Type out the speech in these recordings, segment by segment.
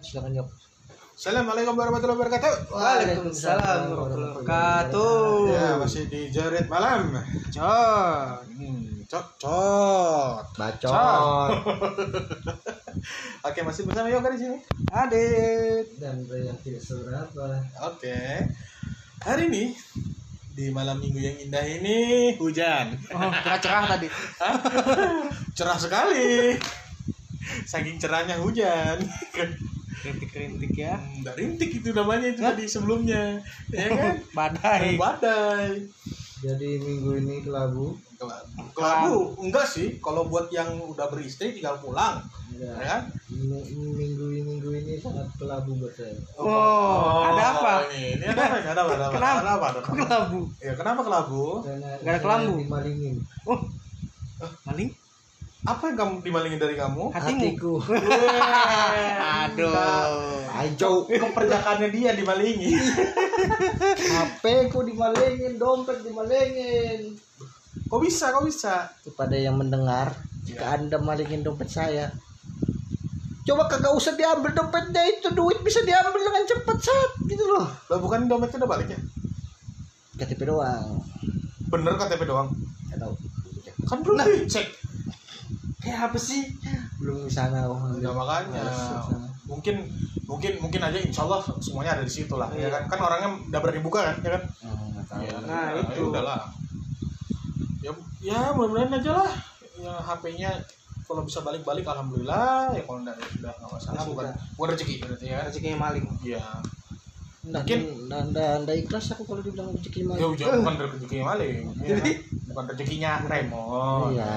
silakan yuk Assalamualaikum warahmatullahi wabarakatuh. Waalaikumsalam warahmatullahi wabarakatuh. Ya masih di Jarit Malam. Cok. Hmm, cok cok. Bacot. Oke masih bersama Yoga di sini. Adit. Dan yang tidak seberapa. Oke. Hari ini di malam minggu yang indah ini hujan. Oh, cerah-cerah tadi. Cerah sekali. Saking cerahnya hujan. Kritik-kritik ya. Hmm, Nggak rintik itu namanya itu tadi sebelumnya. Ya kan? Badai. Badai. Jadi minggu ini kelabu. Kelabu. Kelabu enggak sih kalau buat yang udah beristri tinggal pulang. Ya Ya. kan? Mi- Minggu ini minggu ini sangat kelabu buat saya. Oh, ada apa? Ini, ini ada apa? Ini ada apa? Ada apa? Kenapa? Ada apa? Ada apa? Kelabu. Ya, kenapa kelabu? Karena Nggak ada saya kelambu. Dimalingin Oh. Maling Apa yang kamu dimalingin dari kamu? hatimu. hatiku. Aduh. Ayo, Keperjakaannya dia dimalingin. HP ku dimalingin, dompet dimalingin. Kok bisa? Kok bisa? Kepada yang mendengar, jika Ya. Anda malingin dompet saya, coba kagak usah diambil dompetnya itu duit bisa diambil dengan cepat saat gitu loh. Lo bukan dompetnya udah balik ya? KTP doang. Bener KTP doang. Nggak tahu. Kan belum dicek. Kayak apa sih? Belum di sana. oh. Nah, makanya mungkin mungkin mungkin aja insya Allah semuanya ada di situ lah ya kan kan orangnya udah berani buka kan ya kan Oh, nggak tahu. Ya, Nah, ya itu. udahlah. Ya, ya mudah-mudahan aja lah. Ya, HP-nya kalau bisa balik-balik alhamdulillah ya kalau enggak ya sudah nggak masalah Ya, bukan bukan rezeki berarti ya Rezekinya maling. ya Mungkin anda, anda ikhlas aku kalau dibilang rezeki mah. ya jangan bukan rezeki maling ya. Jadi? bukan rezekinya Raymond Iya,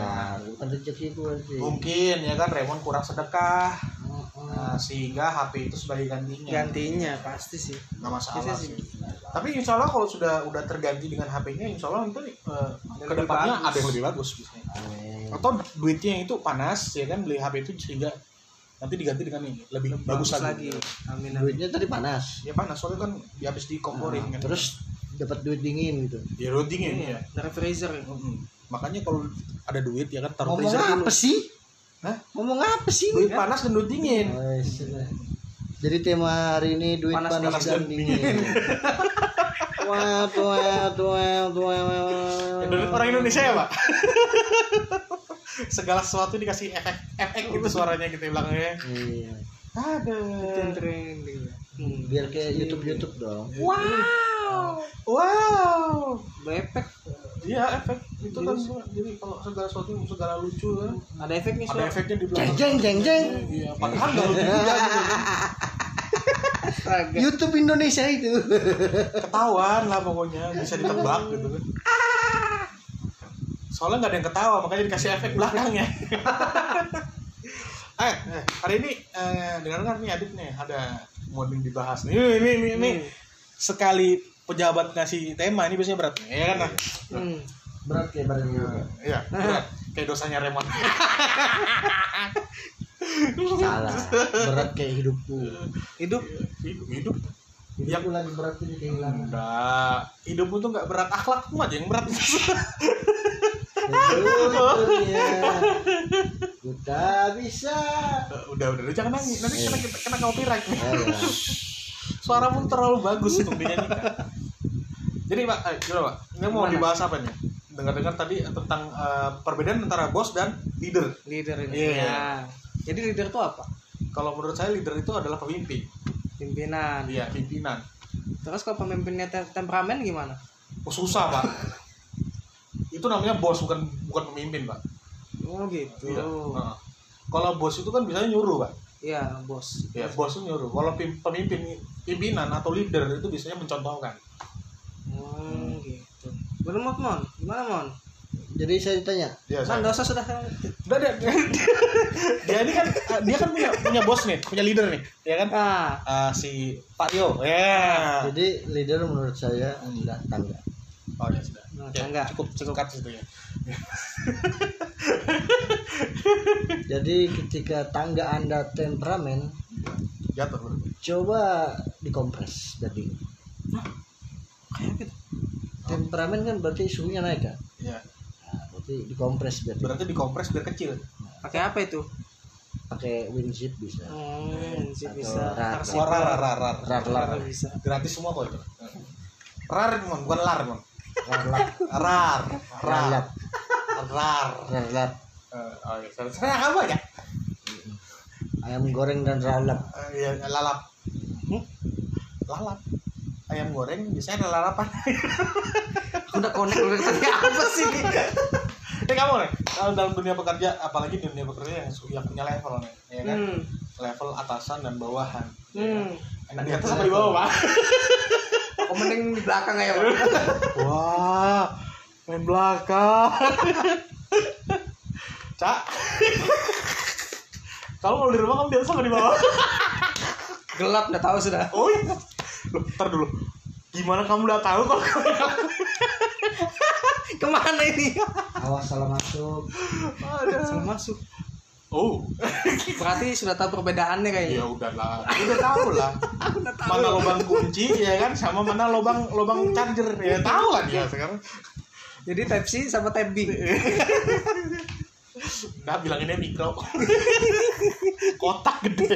bukan rezeki gue sih. mungkin ya kan Raymond kurang sedekah Heeh. Nah, sehingga HP itu sebagai gantinya Gantinya pasti sih. nggak masalah Bisa sih. sih. tapi insya Allah kalau sudah udah terganti dengan HP-nya insya Allah nanti eh, kedepannya bagus. ada yang lebih bagus biasanya Amin. atau duitnya itu panas ya kan beli HP itu sehingga nanti diganti dengan ini lebih bagus, lagi. Amin amin. Duitnya tadi panas. ya panas soalnya kan habis dikomporin Nah, kan terus dapat duit dingin gitu. ya loading ya, Iya, ya. dari freezer. Mm-mm. makanya kalau ada duit ya kan taruh Ngomong freezer Ya. dulu apa sih? Hah? Ngomong apa sih? duit panas dan duit dingin Oh, sudah. Jadi tema hari ini duit Panas, panas, panas dan dan dingin. Wah, tuh, tuh, tuh, Ya, duit orang Indonesia ya pak segala sesuatu dikasih efek efek gitu suaranya gitu di belakangnya Iya. ada Trending. Hmm. Biar kayak YouTube YouTube dong. Iya. Wow. wow Bepek. iya efek itu kan jadi kalau segala sesuatu segala lucu kan Ada efeknya ada suara. efeknya di Jeng belakang jeng jeng jeng. Iya, padahal nggak lucu juga gitu. Astaga. YouTube Indonesia itu. Ketahuan lah pokoknya, bisa ditebak gitu kan. Soalnya nggak ada yang ketawa, makanya dikasih efek belakangnya. eh, eh, hari ini eh, dengarkan nih Adit nih ada mau yang dibahas nih. Ini ini ini, ini. Hmm. sekali pejabat ngasih tema ini biasanya berat nih, ya kan? Nah? Hmm. Berat kayak barang juga. Iya, berat. Kayak dosanya Remon. Salah. Berat kayak hidupku. Hidup hidup, hidup. Hidupku lagi berat ini kehilangan. Enggak, hidupmu tuh nggak berat akhlakmu aja yang berat. Hidupnya. Ku tak bisa. Eh, udah udah udah jangan nangis nanti kena kena, kena copyright Ayo. suaramu terlalu bagus untuk dinyanyikan jadi pak eh, gimana pak ini mau Gimana? dibahas apa nih dengar-dengar tadi tentang eh, perbedaan antara bos dan leader leader ini. Iya. Ya. Jadi leader itu apa? kalau menurut saya leader itu adalah pemimpin Pimpinan. iya pimpinan Terus kalau pemimpinnya tem- temperamen gimana? oh, susah pak itu namanya bos bukan bukan pemimpin pak Oh gitu. Iya. Heeh. kalau bos itu kan biasanya nyuruh pak Iya, bos. ya bos itu nyuruh kalau pim- pemimpin pimpinan atau leader itu biasanya mencontohkan Oh gitu. Belum Mon, Mon. Gimana Mon? Jadi saya ditanya. ya, Mon dosa sudah Udah, udah. dia ini kan dia kan punya punya bos nih, punya leader nih, ya kan? Ah, Ah, si Pak Yo. Ya. Jadi leader menurut saya adalah tangga. Oh, ya sudah. Nah, Ya, tangga. Cukup cukup cut situ ya. Jadi ketika tangga Anda temperamen, Jatuh. bro. coba dikompres daging. kayak gitu. Temperamen kan berarti suhunya naik kan? Ya. Nah, berarti dikompres berarti. Berarti dikompres biar kecil. Pakai apa itu? pakai winzip bisa Hmm, sih Atau bisa. rar. Taksi Oh, rar, rar, rar, rar. rar lar rar bisa. Gratis semua kok itu. Rar, mon. Bukan lar, mon. rar lar Rar. rar Rar. lar Rar. rar lar Eh, oh, iya. Serah apa ya? ayam goreng dan lalap Eh, iya, lalap. Hmm? Lalap. Ayam goreng biasanya ada lalapan. Udah connect udah tadi apa sih? Eh kamu nih, kalau dalam dunia pekerja, apalagi di dunia pekerja yang, su- yang punya level nih, ya kan? Hmm. Level atasan dan bawahan. Hmm. Enak di atas apa di bawah, Pak? Kok mending di belakang aja, Pak. Wah, main belakang. Cak. Kalau kalau di rumah kamu di atas apa di bawah? Gelap udah tahu sudah. Oh iya. Loh, ntar dulu. Gimana kamu udah tahu kalau kamu Kemana ini? awas salah masuk Sudah masuk. Oh, Berarti sudah tahu perbedaannya ya kayaknya. udahlah. Udah tahu lah. Udah tahu. Mana lubang kunci ya kan sama mana lubang lubang charger. Ya tahu kan ya sekarang. Jadi type C sama type B. Nah, bilanginnya mikro. Kotak gede.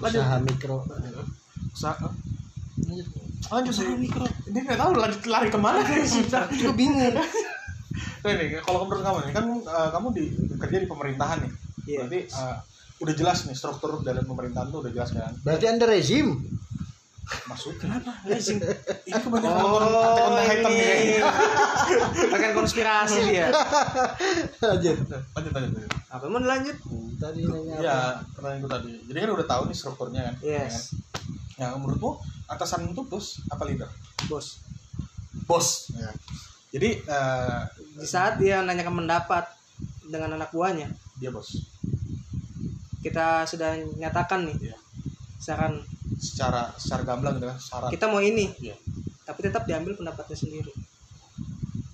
Lanjut. usaha mikro Usaha. Lanjut. eh? Lanjut mikro. Dia nggak tahu lanjut lari kemana Sudah aku juga bingung. Nih, nih, kalau menurut kamu nih, kan eh, kamu di kerja di pemerintahan nih. Iya. Berarti eh, udah jelas nih struktur dalam pemerintahan tuh udah jelas kan. berarti anda rezim Maksudnya kenapa? Ini kebanyakan orang Oh, Attack on Titan ini. nih. kayaknya. Bahkan konspirasi dia. lanjut Lanjut, lanjut, lanjut. Apa mau lanjut? tadi nanya apa? Iya, pertanyaanku tadi. Jadi kan udah tahu nih strukturnya kan. Yes. Ya, kan? Nah, menurutmu atasanmu tuh bos apa leader? Bos. Bos. Ya. Jadi eh, Di saat dia nanyakan pendapat dengan anak buahnya, dia bos. kita sudah nyatakan nih Iya. saran Secara secara gamblang gitu kan, saran. kita mau ini Iya. tapi tetap diambil pendapatnya sendiri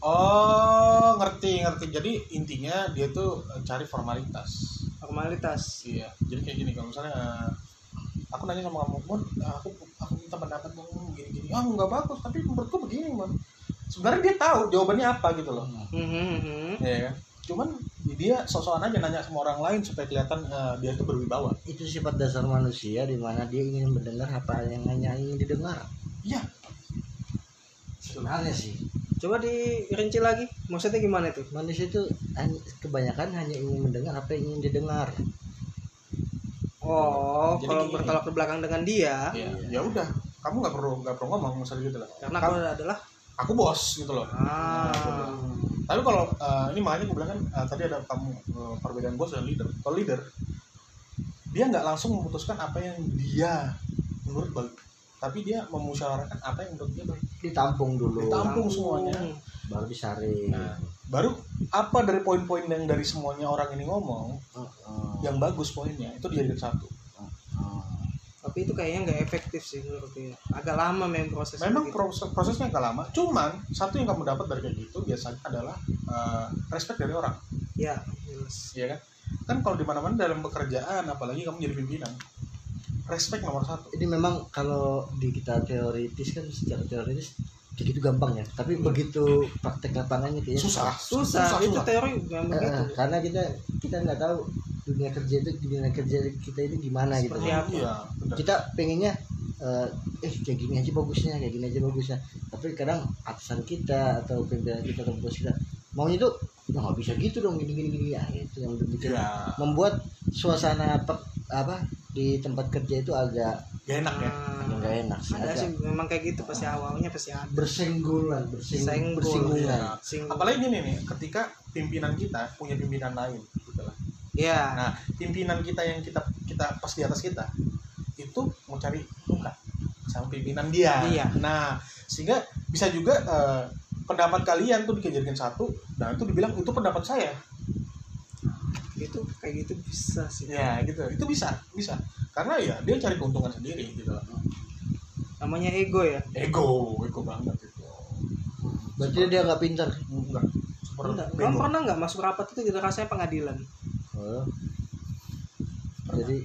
Oh, ngerti, ngerti. Jadi intinya dia tuh eh, cari formalitas. formalitas Iya, jadi kayak gini kalau misalnya eh, aku nanya sama kamu, Mon, eh, aku aku minta pendapat kamu gini gini. Ah, nggak bagus, tapi menurutku begini, Mon. Sebenarnya dia tahu jawabannya apa gitu loh. Mhm, mhm. Iya kan? Cuman dia sosokan aja nanya sama orang lain supaya kelihatan eh, dia tuh berwibawa. itu sifat dasar manusia di mana dia ingin mendengar apa yang hanya ingin didengar Iya, sebenarnya sih coba dirinci lagi maksudnya gimana itu manusia itu han- kebanyakan hanya ingin mendengar apa yang ingin didengar oh Jadi kalau gini. bertolak ke belakang dengan dia iya. Ya udah, kamu nggak perlu nggak perlu ngomong misalnya gitu loh. karena aku adalah Aku bos gitu loh. ah Tapi kalau eh, ini makanya gue bilang kan eh, tadi ada kamu eh, perbedaan bos dan leader. Kalau leader dia nggak langsung memutuskan apa yang dia menurut baik, tapi dia memusyawarahkan apa yang menurut dia baik. ditampung dulu Ah. Ditampung. semuanya. baru disaring Nah. Baru apa dari poin-poin yang dari semuanya orang ini ngomong Oh, oh, yang bagus poinnya itu dijadikan satu. oh. tapi itu kayaknya nggak efektif sih menurut dia agak lama memang prosesnya Memang gitu. proses prosesnya agak lama, cuman satu yang kamu dapat dari kayak gitu biasanya adalah eh, respect dari orang, ya jelas ya kan? Kan kalau di mana-mana dalam pekerjaan, apalagi kamu jadi pimpinan, respect nomor satu. ini memang kalau di kita teoritis kan secara teoritis kayak gitu gampang ya tapi begitu praktek lapangannya kayaknya Hmm. susah Iya. susah, itu teori yang Eh, begitu karena kita kita nggak tahu dunia kerja itu dunia kerja kita ini gimana gitu Seperti apa? iya bener. kita pengennya eh, eh kayak gini aja bagusnya kayak gini aja bagusnya tapi kadang atasan kita atau pimpinan kita atau bos kita maunya itu "Ya nggak bisa gitu dong gini gini gini ya itu yang bikin iya membuat suasana pe- apa di tempat kerja itu agak gak enak ya Ah, agak nggak enak sih ada sih agak memang kayak gitu pasti awalnya pasti ada bersenggolan bersing- Senggol, bersinggungan iya. Sing- apalagi gini nih ketika pimpinan kita punya pimpinan lain gitu lah ya nah pimpinan kita yang kita kita pas di atas kita itu mau cari muka sama pimpinan dia Iya. nah sehingga bisa juga eh, pendapat kalian tuh dijadikan satu dan itu dibilang itu pendapat saya itu kayak gitu bisa sih ya gitu itu bisa bisa karena ya dia cari keuntungan sendiri gitu lah namanya ego ya ego ego banget itu berarti dia nggak pintar enggak super Enggak, bego. kamu pernah nggak masuk rapat itu gitu rasanya pengadilan oh. jadi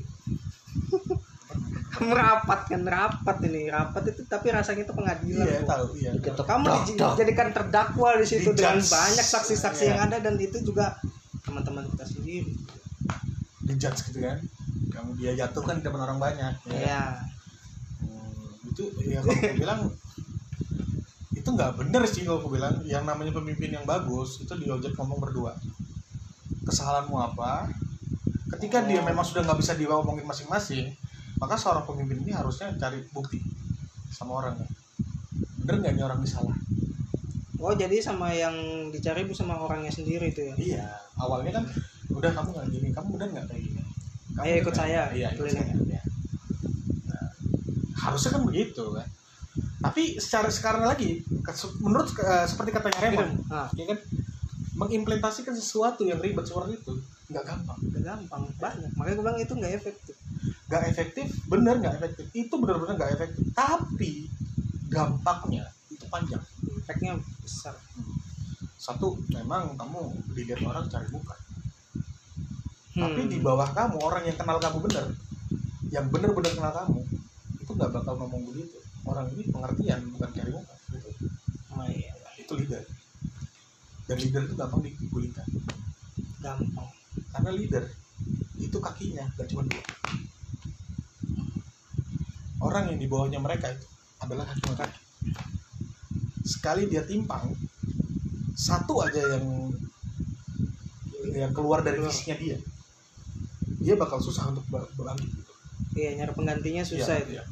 merapat kan rapat ini rapat itu tapi rasanya itu pengadilan Iya, Bu. tahu. Iya. diketok kamu dok, dij- dok. dijadikan terdakwa di situ dengan Dijudge. banyak saksi-saksi Iya. yang ada dan itu juga teman-teman kita sendiri dijudge gitu kan kamu dia jatuh kan di depan orang banyak ya. Iya. Hmm, itu ya kalau aku bilang itu nggak bener sih kalau aku bilang yang namanya pemimpin yang bagus itu diajak ngomong berdua kesalahanmu apa ketika dia Oh. memang sudah nggak bisa diomongin masing-masing maka seorang pemimpin ini harusnya cari bukti sama orang bener nggak nih orang ini salah Oh jadi sama yang dicari bu sama orangnya sendiri itu ya? iya awalnya kan udah kamu nggak gini kamu bener nggak kayak gini kamu Ayo bener Eh, ikut nggak?" saya, iya ikut keliling. saya iya. Nah, harusnya kan begitu kan tapi secara sekarang lagi kes- menurut eh, seperti katanya Raymond Ah, ya kan mengimplementasikan sesuatu yang ribet seperti itu nggak gampang udah gampang banyak. Makanya gue bilang itu nggak efektif. nggak efektif bener nggak efektif itu bener-bener nggak efektif tapi dampaknya itu panjang Impactnya besar. satu memang kamu dilihat orang cari muka tapi Hmm. di bawah kamu orang yang kenal kamu bener yang bener-bener kenal kamu itu nggak bakal ngomong begitu orang ini pengertian bukan cari muka gitu. Oh, iya. itu leader dan leader itu gampang digulingkan Gampang. karena leader itu kakinya gak cuma dua orang yang di bawahnya mereka itu adalah kaki kaki sekali dia timpang satu aja yang yang keluar dari Keluar. visinya dia dia bakal susah untuk ber- bangkit gitu. Iya nyari penggantinya susah Iya, itu. iya.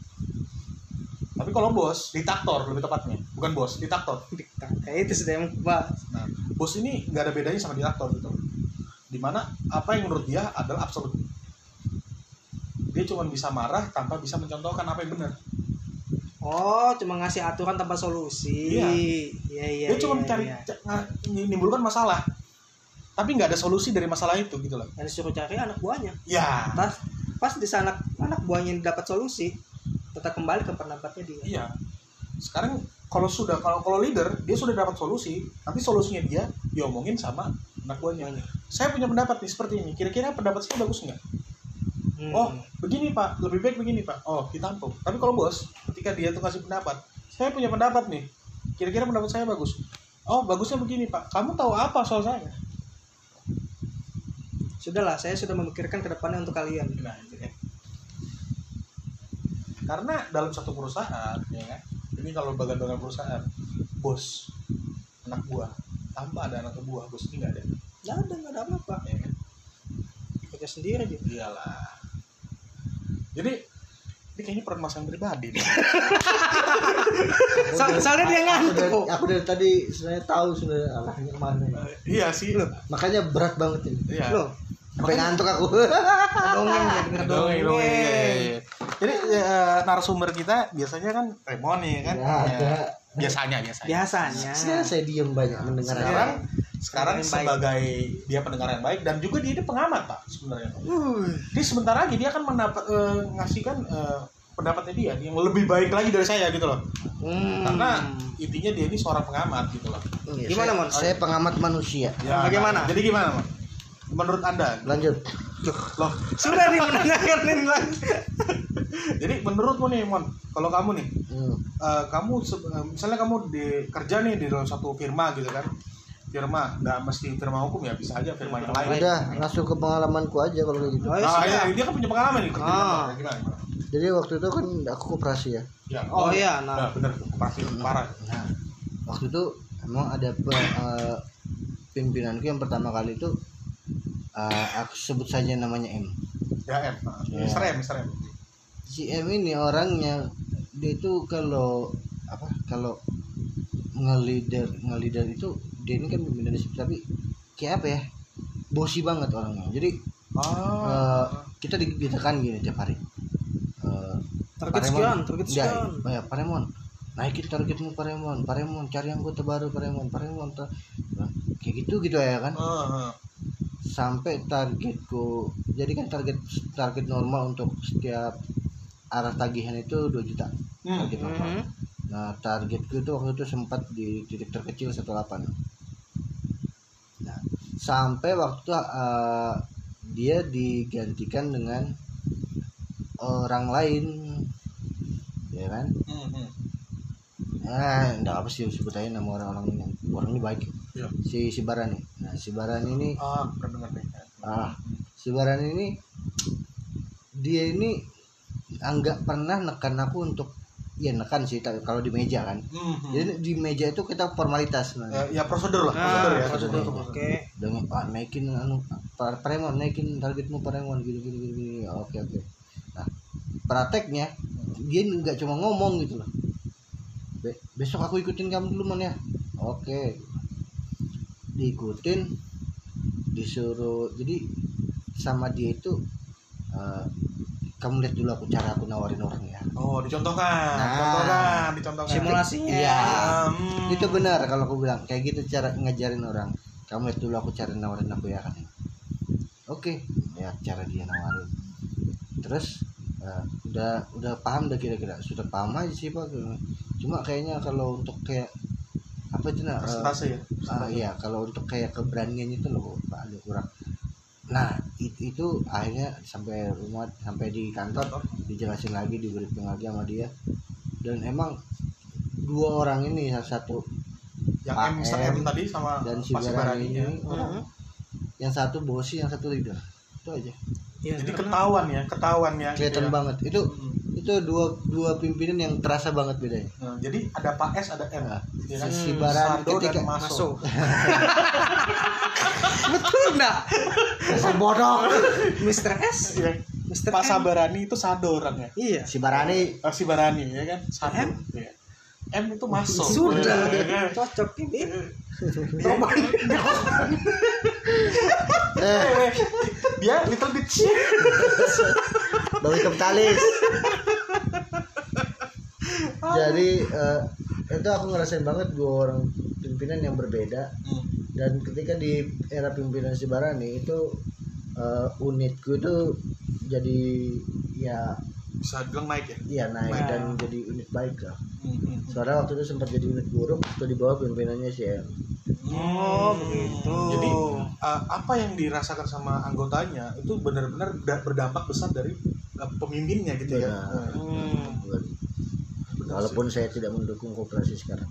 tapi kalau bos diktator lebih tepatnya bukan bos diktator Dikta. Kayak itu sudah yang bah. Nah, bos ini nggak ada bedanya sama direktur gitu. Dimana apa yang menurut dia adalah absolut. Dia cuma bisa marah tanpa bisa mencontohkan apa yang benar. Oh cuma ngasih aturan tanpa solusi. Iya. Iya iya. dia cuma iya, mencari iya. ca- nga- menimbulkan masalah. Tapi nggak ada solusi dari masalah itu gitu loh. Yang disuruh cari anak buahnya. Ya, Pas pas di sana anak buahnya yang dapat solusi tetap kembali ke pendapatnya dia. iya. Sekarang kalau sudah kalau kalau leader dia sudah dapat solusi, nanti solusinya dia diomongin sama anak buahnya. Buahnya. Saya punya pendapat nih seperti ini. Kira-kira pendapat saya bagus nggak? Hmm. Oh, begini Pak, lebih baik begini Pak. Oh, ditampung. Tapi kalau bos, ketika dia tuh kasih pendapat, saya punya pendapat nih. Kira-kira pendapat saya bagus. Oh, bagusnya begini Pak. Kamu tahu apa soal saya? Sudahlah, saya sudah memikirkan ke depannya untuk kalian. Nah, itu kan. Karena dalam satu perusahaan, ya kan? Ini kalau bagian-bagian perusahaan, bos, anak buah, tanpa ada anak buah, bos ini nggak ada. Nggak ada, nggak ada apa-apa. Ya kan? Kerja sendiri dia. Iyalah. Jadi, ini kayaknya permasalahan pribadi. nih. So- soalnya dia Aku ngantuk. dari, aku dari tadi sebenarnya tahu sebenarnya arahnya kemana. iya sih. Loh, Makanya berat banget ini. iya. Loh, Sampai ngantuk aku. dongeng dia, denger Dongeng, dongeng. dongeng, iya, iya, iya. Jadi eh, narasumber kita biasanya kan Raymond nih kan. Iya, Ya, ada. Ya, biasanya biasanya. Ya. Biasanya. Sebenarnya saya diem banyak mendengar. Sekarang orang. sekarang Pendengar yang baik. sebagai dia pendengar yang baik dan juga dia ini pengamat Pak sebenarnya. Uh, Jadi sebentar lagi dia akan mendapat eh, ngasihkan eh, pendapatnya dia yang lebih baik lagi dari saya gitu loh. hmm. Karena intinya dia ini seorang pengamat gitu loh. Iya, Gimana, saya- Mon? Saya pengamat manusia. Ya, Bagaimana? nah, jadi gimana, Mas? Menurut Anda? Lanjut. Loh, sudah nih mendengarkan ini lagi. jadi menurutmu nih, Mon, kalau kamu nih Hmm. Eh, kamu se- eh, misalnya kamu di kerja nih di dalam satu firma gitu kan firma nggak mesti firma hukum ya bisa aja firma yang lain Udah, langsung ke pengalamanku aja kalau kayak gitu. Oh, ya, nah sudah. ya, dia kan punya pengalaman nih kerja di Ah. kantor. gimana, gimana? Jadi waktu itu kan aku koperasi ya. Ya, Oh, iya, nah. nah bener pasti parah Nah, waktu itu emang ada pe- eh, pimpinanku yang pertama kali itu eh, aku sebut saja namanya M. ya M Iya. Mister M Mister M Si M ini orangnya dia itu kalau apa kalau ngelider ngelider itu dia ini kan pimpinan disiplin, tapi kayak apa ya bosi banget orangnya jadi Ah. eh, oh kita di- ditekan gini tiap hari Eh, Target Paremon. sekian, target Iya, sekian. iya, Paremon. Naikin targetmu Paremon, Paremon cari anggota baru Paremon, Paremon. ta- Nah, Kayak gitu gitu ya kan. Eh, eh. Sampai targetku. Jadi kan target target normal untuk setiap arah tagihan itu 2 juta Hmm. target normal. Mhm. Nah, targetku itu waktu itu sempat di titik terkecil 18. Nah, sampai waktu itu, eh, dia digantikan dengan orang lain ya kan Hmm, hmm. Nah, enggak apa sih sebut aja nama orang-orang ini. Orang ini baik. Iya. Oh. Si si Barani. Nah, si Barani ini ah kedengar nih ah, Sebaran ini dia ini nggak pernah nekan aku untuk ya nekan sih tapi kalau di meja kan. Mhm. Jadi di meja itu kita formalitas Ya, sebenarnya. ya prosedur lah, prosedur Ah, ya. prosedur. Prosedur, Oke. prosedur. Dengan ah, naikin anu par- Paremon naikin targetmu Paremon gitu gitu gitu. gitu. Ya, Oke oke. Nah, prakteknya dia nggak cuma ngomong gitu loh. "Be- besok aku ikutin kamu dulu man ya. Oke. Diikutin disuruh jadi sama dia itu eh, kamu lihat dulu aku cara aku nawarin orang ya. Oh, dicontohkan, Nah. dicontohkan, dicontohkan. Simulasinya. Iya. Ah, hmm. itu benar kalau aku bilang kayak gitu cara ngajarin orang kamu lihat dulu aku cara nawarin aku ya kan oke lihat cara dia nawarin terus eh, udah udah paham dah kira-kira sudah paham aja sih pak cuma kayaknya kalau untuk kayak apa itu nah eh, Presentasi ya. Ah, presentasi. iya, kalau untuk kayak keberanian itu loh, Pak, ada kurang. Nah, it- itu akhirnya sampai rumah, sampai di kantor, dijelasin lagi, di briefing lagi sama dia. Dan emang dua orang ini, salah satu Yang Pak M, Mr. M M tadi sama dan Iya. si Pak Sibarani. Barani ini, ya. orang, yang satu bosi, yang satu leader. Itu aja. Iya, Jadi karena- ketahuan ya, ketahuan ya. Kelihatan gitu ya. banget. Itu Hmm. itu dua dua pimpinan yang terasa banget bedanya. Nah, jadi ada Pak S, ada M. Nah, Ya kan? si Barani Sando ketika dan Maso. masuk. Betul enggak? Dasar bodoh. Mr. S, Iya. Mr. Pak M. Sabarani itu Sando orangnya. Iya. si Barani Eh, si Barani ya kan? Sando. M? Iya. M itu Maso. Sudah Ya Iya. kan? cocok ini. Dia- eh dia little bit Bagi kapitalis. Jadi eh, itu aku ngerasain banget dua orang pimpinan yang berbeda dan ketika di era pimpinan si Barani itu eh, unitku tuh jadi ya bisa bilang naik ya ya naik Nah. dan jadi unit baik lah. Hmm, Soalnya waktu itu sempat jadi unit buruk waktu di bawah pimpinannya si M. Oh, begitu. jadi uh, apa yang dirasakan sama anggotanya itu benar-benar da- berdampak besar dari uh, pemimpinnya gitu ya Hmm. Benar. Nah, Hmm, benar Walaupun saya tidak mendukung koperasi sekarang.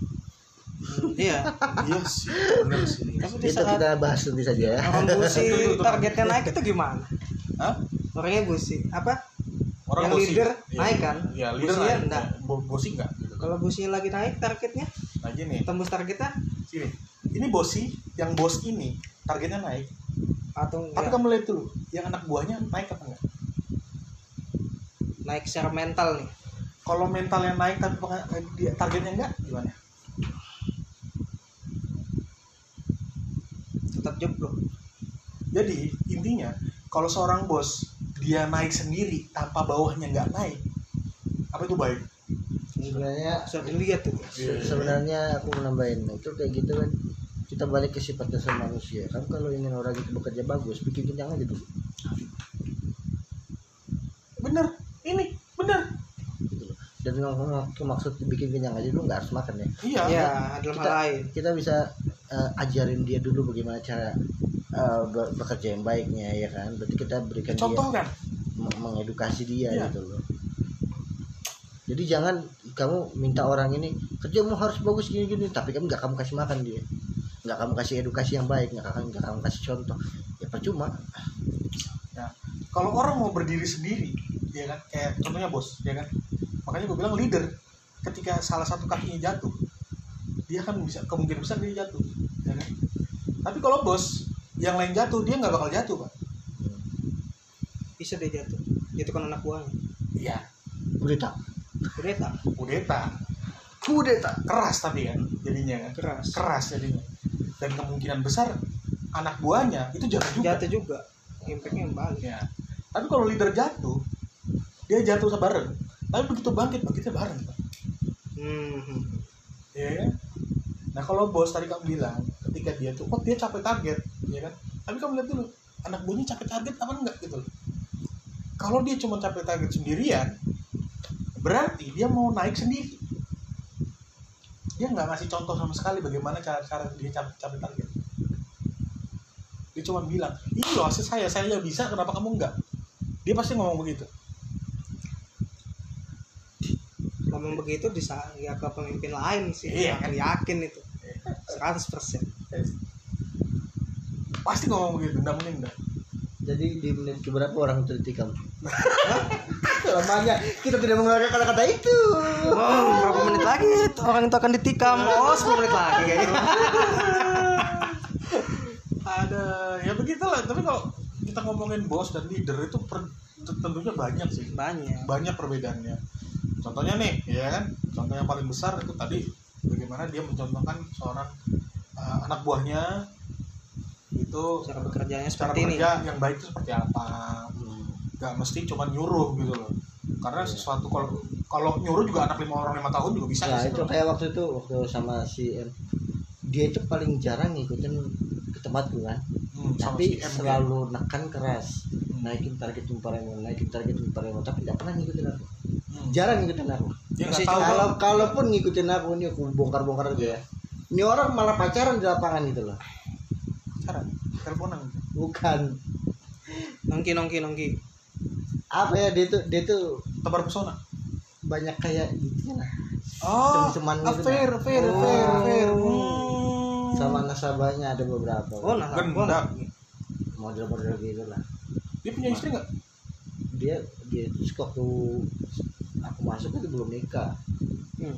iya. sih. iya sih benar sih Tapi di Itu saat kita bahas nanti saja ya. orang busi targetnya naik itu gimana? Hah? Orangnya busi apa? orang Yang bosi. leader Iya. naik kan? ya leader Bosinya naik enggak. Ya, bo- bosi enggak gitu Kalau businya lagi naik targetnya, nah gini tembus targetnya sini ini bosi yang bos ini targetnya naik Iya. atau tapi enggak? kamu lihat dulu yang anak buahnya naik apa enggak naik secara mental nih? kalau mentalnya naik tapi pengen- eh, dia- targetnya enggak gimana Tetap jeblok. Jadi intinya kalau seorang bos dia naik sendiri tanpa bawahnya nggak naik, apa itu baik? Sebenarnya Sudah dilihat tuh. Iya. Se- sebenarnya aku menambahin itu kayak gitu kan kita balik ke sifat dasar manusia kan kalau ingin orang itu bekerja bagus bikin kenyang aja dulu Bener, ini bener. gitu loh dan yang aku maksud bikin kenyang aja dulu nggak harus makan ya Iya. Iya, dalam hal kita- lain. kita bisa eh, ajarin dia dulu bagaimana cara eh, be- bekerja yang baiknya ya kan berarti kita berikan Contoh kan? dia me- mengedukasi dia Iya. gitu loh jadi jangan kamu minta orang ini kerjamu harus bagus gini-gini tapi kamu nggak kamu kasih makan dia nggak kamu kasih edukasi yang baik nggak kamu nggak kamu kasih contoh ya percuma Kalau orang mau berdiri sendiri, ya kan? Kayak contohnya bos, ya kan? Makanya gue bilang leader. Ketika salah satu kakinya jatuh, dia kan bisa kemungkinan besar dia jatuh, ya kan? Tapi kalau bos yang lain jatuh, dia nggak bakal jatuh, pak. Bisa dia jatuh. Itu kan anak buahnya. Iya. kudeta Kudeta Kudeta, kudeta keras tapi kan jadinya kan. keras. keras jadinya dan kemungkinan besar anak buahnya itu jatuh juga Jatuh juga. Impactnya yang balik. Ya. tapi kalau leader jatuh dia jatuh bareng tapi begitu bangkit bangkitnya bareng Pak. Hmm. ya kan? nah kalau bos tadi kamu bilang ketika dia tuh kok dia capek target ya kan tapi kamu lihat dulu anak buahnya capek target apa enggak gitu loh kalau dia cuma capek target sendirian berarti dia mau naik sendiri dia nggak ngasih contoh sama sekali bagaimana cara cara dia cap- capek target dia cuma bilang ini loh hasil saya saya aja bisa kenapa kamu enggak dia pasti ngomong begitu ngomong begitu bisa ya ke pemimpin lain sih Iya, aku yakin itu 100% pasti ngomong begitu nggak mungkin enggak Jadi di menit keberapa orang itu ditikam? Lamanya kita tidak mengeluarkan kata-kata itu. Oh, berapa menit lagi itu orang itu akan ditikam. Oh, 10 menit lagi kayaknya. ada ya begitulah tapi kalau kita ngomongin bos dan leader itu per- tentunya banyak sih Banyak. banyak perbedaannya contohnya nih ya kan contoh yang paling besar itu tadi bagaimana dia mencontohkan seorang eh, anak buahnya itu Cara bekerjanya cara seperti ini. kerja yang baik itu seperti apa nggak mesti cuma nyuruh gitu loh Iya. karena sesuatu kalau kalau nyuruh juga anak lima orang lima tahun juga bisa Nah sih, itu bro. kayak waktu itu waktu sama si M. Dia itu paling jarang ngikutin ke tempatku kan. Hmm, sama Tapi si M, selalu nekan keras. dia. Hmm. Naikin target Tumparemon, naikin target Tumparemon. Tapi nggak pernah ngikutin aku. Hmm. Jarang ngikutin aku. dia nggak masih tahu kan? Kalau Bang. kalaupun ngikutin aku ini aku bongkar-bongkar aja ya. Ini orang malah pacaran di lapangan gitu loh. Jarang. teleponan Bukan Nongki nongki nongki. apa ya dia tuh dia tuh tebar pesona banyak kayak gitu lah oh Cem-ceman gitu, affair Bang. affair Oh. affair affair Hmm. sama nasabahnya ada beberapa Oh, nah, Gendam. model-model gitu lah dia punya istri nggak dia dia terus waktu aku masuk itu belum nikah Hmm.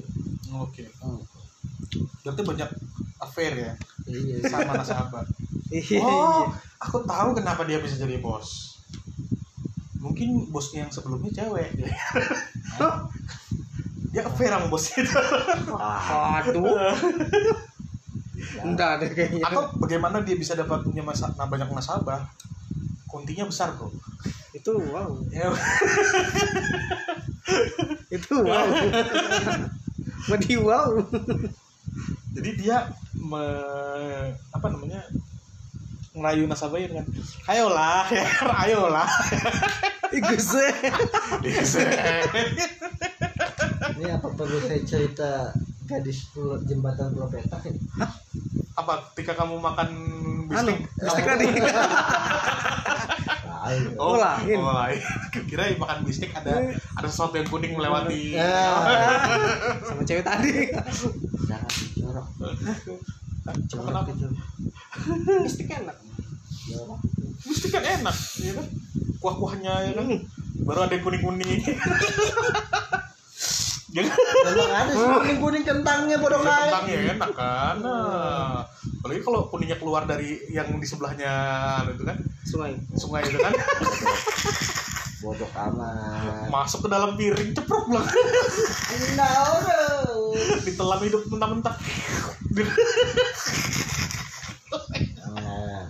oke Hmm. berarti banyak affair ya iya iya. sama nasabah Iya. oh aku tahu kenapa dia bisa jadi bos mungkin bosnya yang sebelumnya cewek Hah? Iya. dia affair sama bos itu Wah, Waduh, Iya. enggak deh kayaknya. atau bagaimana dia bisa dapat punya masa, nah, banyak nasabah kontinya besar bro Itu wow. ya, Itu wow. Medi wow. jadi dia me, apa namanya ngerayu nasabahnya dengan ayolah ya ayolah Iguse. ini apa perlu saya cerita gadis pulau- jembatan pulau petak ini? apa ketika kamu makan Anu, bistik bistik tadi. Lain. Oh, lain. oh, lain. kira makan bistik ada ada sesuatu yang kuning melewati Ya, Sama cewek tadi. jangan jorok jorok Kenapa? itu Mistik enak. jorok bistik kan enak ya kan? kuah-kuahnya ya kan Hmm. baru ada yang kuning-kuning jangan memang ada sih kuning kuning kentangnya bodoh kali kentangnya enak kan nah, apalagi kalau kuningnya keluar dari yang di sebelahnya itu kan Sungai. sungai itu kan bodoh amat masuk ke dalam piring ceprok lah no no ditelan hidup mentah-mentah Nah,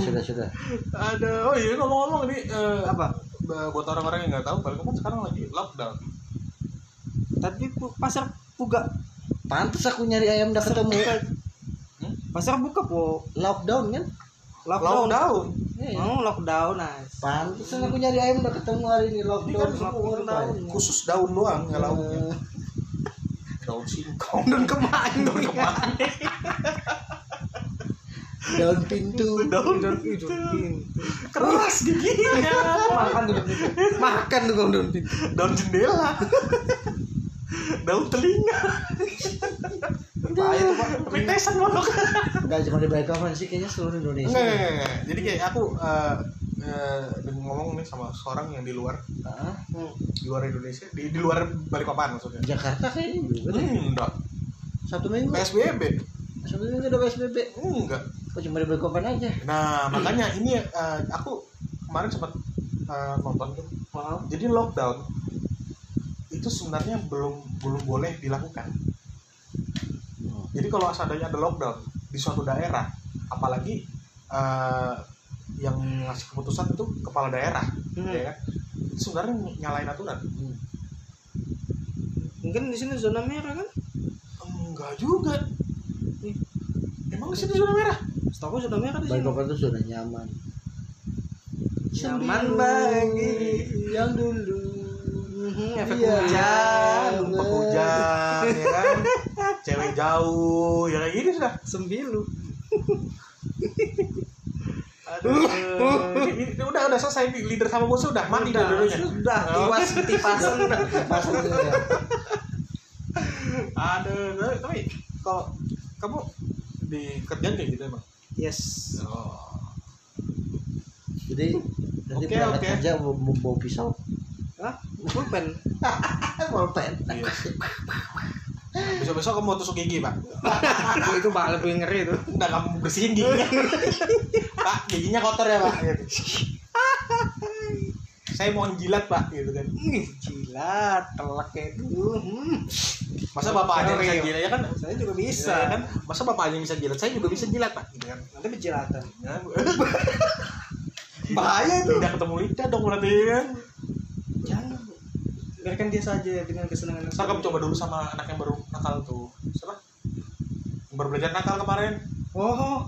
sudah sudah sudah. ada oh iya ngomong-ngomong ini eh, Apa? Ba- buat orang-orang yang nggak tahu Bali kan sekarang lagi lockdown Tadi pu- pasar buka. Pantes aku nyari ayam udah ketemu. Hmm? Pasar buka po. Lockdown kan? Lockdown. Iya. Oh, lockdown nice. Pantesan aku nyari ayam udah ketemu hari ini lockdown Ini kan semua orang lockdown. Pak. khusus daun doang nggak lauknya Eh, Iya. daun singkong Daun kemangi. Daun kemangi. daun pintu. daun Iya. Daun pintu. keras giginya Makan tuh daun pintu. Makan tuh kamu daun pintu. daun jendela daun telinga Apa itu, Pak? pentesan loh Enggak cuma di Balikpapan sih kayaknya seluruh Indonesia. Enggak, enggak, enggak. Jadi kayak aku eh eh, ngomong nih sama seorang yang di luar, Ah, Hmm. di luar Indonesia, di, di luar Balikpapan maksudnya. Jakarta kayaknya juga deh. Hmm, enggak. Satu minggu. PSBB? Satu minggu udah PSBB. Enggak. Kok cuma di Balikpapan aja? Nah, makanya ini eh, aku kemarin sempat eh, nonton tuh. Wow. Jadi lockdown itu sebenarnya belum belum boleh dilakukan. Jadi kalau seandainya ada lockdown di suatu daerah, apalagi eh, yang ngasih keputusan itu kepala daerah, Hmm. ya kan? Itu sebenarnya nyalain aturan. Mungkin di sini zona merah kan? Enggak juga. Ih. Emang di situ zona merah? Setahu aku zona merah di sini. Balikpapan tuh zona nyaman. Nyaman Sembilu bagi yang dulu. Mhm, efek Iya. hujan. Tempat hujan, ya kan? Cewek jauh, ya kayak gini sudah. Sembilu. Aduh. Ini- ini udah udah selesai Ini leader sama bos udah mati Nah. Udah, dah dulunya. Sudah, tiwas tipasan udah. Pasti ya. Aduh, tapi- tapi kalau kamu di kerjaan kayak gitu emang. Yes. Oh. Jadi nanti Oke, berangkat oke. kerja mau mau bawa pisau, Hah? Pulpen? pulpen. Iya. besok besok kamu mau tusuk gigi pak itu bakal lebih ngeri itu. udah kamu bersihin giginya pak giginya kotor ya pak gitu. saya mau jilat pak gitu kan Ih, gila, telak kayak dulu. Hmm. masa bapak aja yang bisa Sorry. jilat ya kan Saya juga bisa bisa. kan masa bapak aja yang bisa jilat saya juga bisa jilat pak gitu kan Nanti berjelatan. Ya, Bahaya itu. tidak ketemu lidah dong berarti kan Jangan. Biarkan dia saja dengan kesenangan. ntar kamu coba dulu sama anak yang baru nakal tuh siapa yang baru belajar nakal kemarin Oh,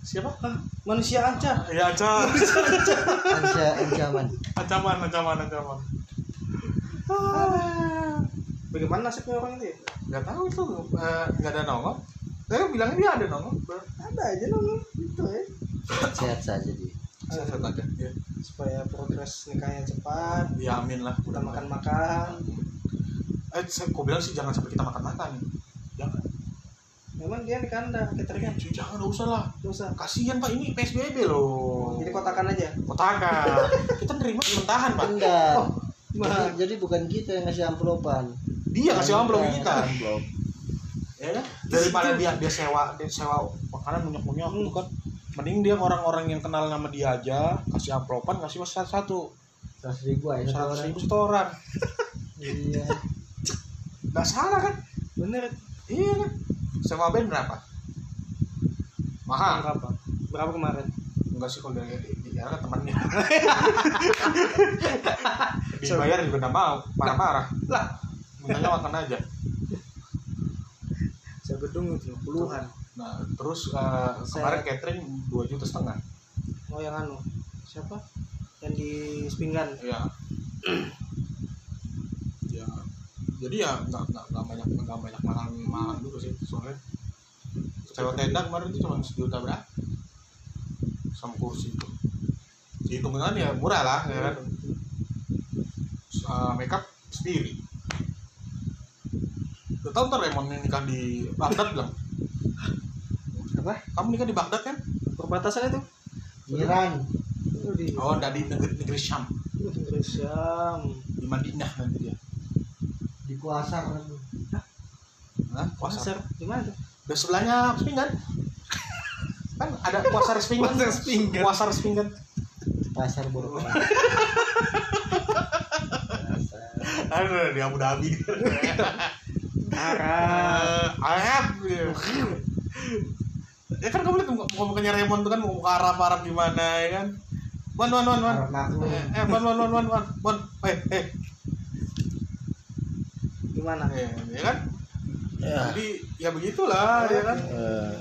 siapa hah, manusia anca. ya aja Anca ancaman. ancaman ancaman ancaman Ah. Bagaimana nasibnya orang itu? ya? nggak tahu tuh eh, nggak ada nongol saya bilangnya dia ada nongol Ada aja dong gitu ya. Sehat saja dia. saya sehat aja ya, Supaya progres nikahnya cepat, ya amin lah kita makan-makan. eh saya kok bilang sih jangan sampai kita makan makan jangan Memang dia di kandang, Jangan, cateringnya cuy, jangan nggak usah lah nggak usah. kasihan pak ini psbb loh Jadi kotakan aja. kotakan kita nerima mentahan pak Enggak. Wah, Jadi, jadi bukan kita yang ngasih amplopan. Iya. dia kasih Iya, Iya. amplop Yang kita Amplop. ya kan daripada dia dia sewa dia sewa makanan banyak banyak Hmm. tuh kan mending dia orang-orang yang kenal sama dia aja kasih amplopan kasih mas satu satu Seratus ribu aja. satu seratus orang. ribu satu orang Iya. nggak salah kan bener. iya kan sewa band berapa mahal Ah, Berapa? Berapa kemarin? enggak sih kalau dari ya kan temannya dibayar juga nggak mau marah-marah Lah, mintanya makan aja saya gedung itu puluhan. nah terus eh, kemarin catering dua juta setengah Oh yang anu siapa? Yang di Spinggan. ya ya jadi ya nggak nggak nggak banyak nggak banyak makan makan dulu sih soalnya sewa tenda kemarin itu cuma sejuta berapa sama kursi itu dihitungan ya murah lah ya kan Eh, makeup sendiri udah tahu ntar Lemon yang nikah di Baghdad belum Apa? kamu nikah di Baghdad kan Perbatasan itu? Iran. Itu di oh dari negeri negeri Syam Syam. di Madinah nanti dia Di kuasa kan. Hah? Puasa. Pasar di mana tuh? Dan sebelahnya Spingan. kan ada kuasar Spingan. Kuasar Spingan. Kuasar Spingan. Di pasar borok. Pasar. Ada di Abu Dhabi. Eh, Arab. Arab. ya. ya kan kamu lihat muka- muka mukanya Raymond tuh kan mau muka Arab Arab gimana ya kan. Wan wan wan wan. Arab maklum. Eh, Eh wan wan wan wan wan wan. Eh eh. Gimana? Eh, Ya kan. Ya. Jadi ya begitulah ya kan. Iya. Eh,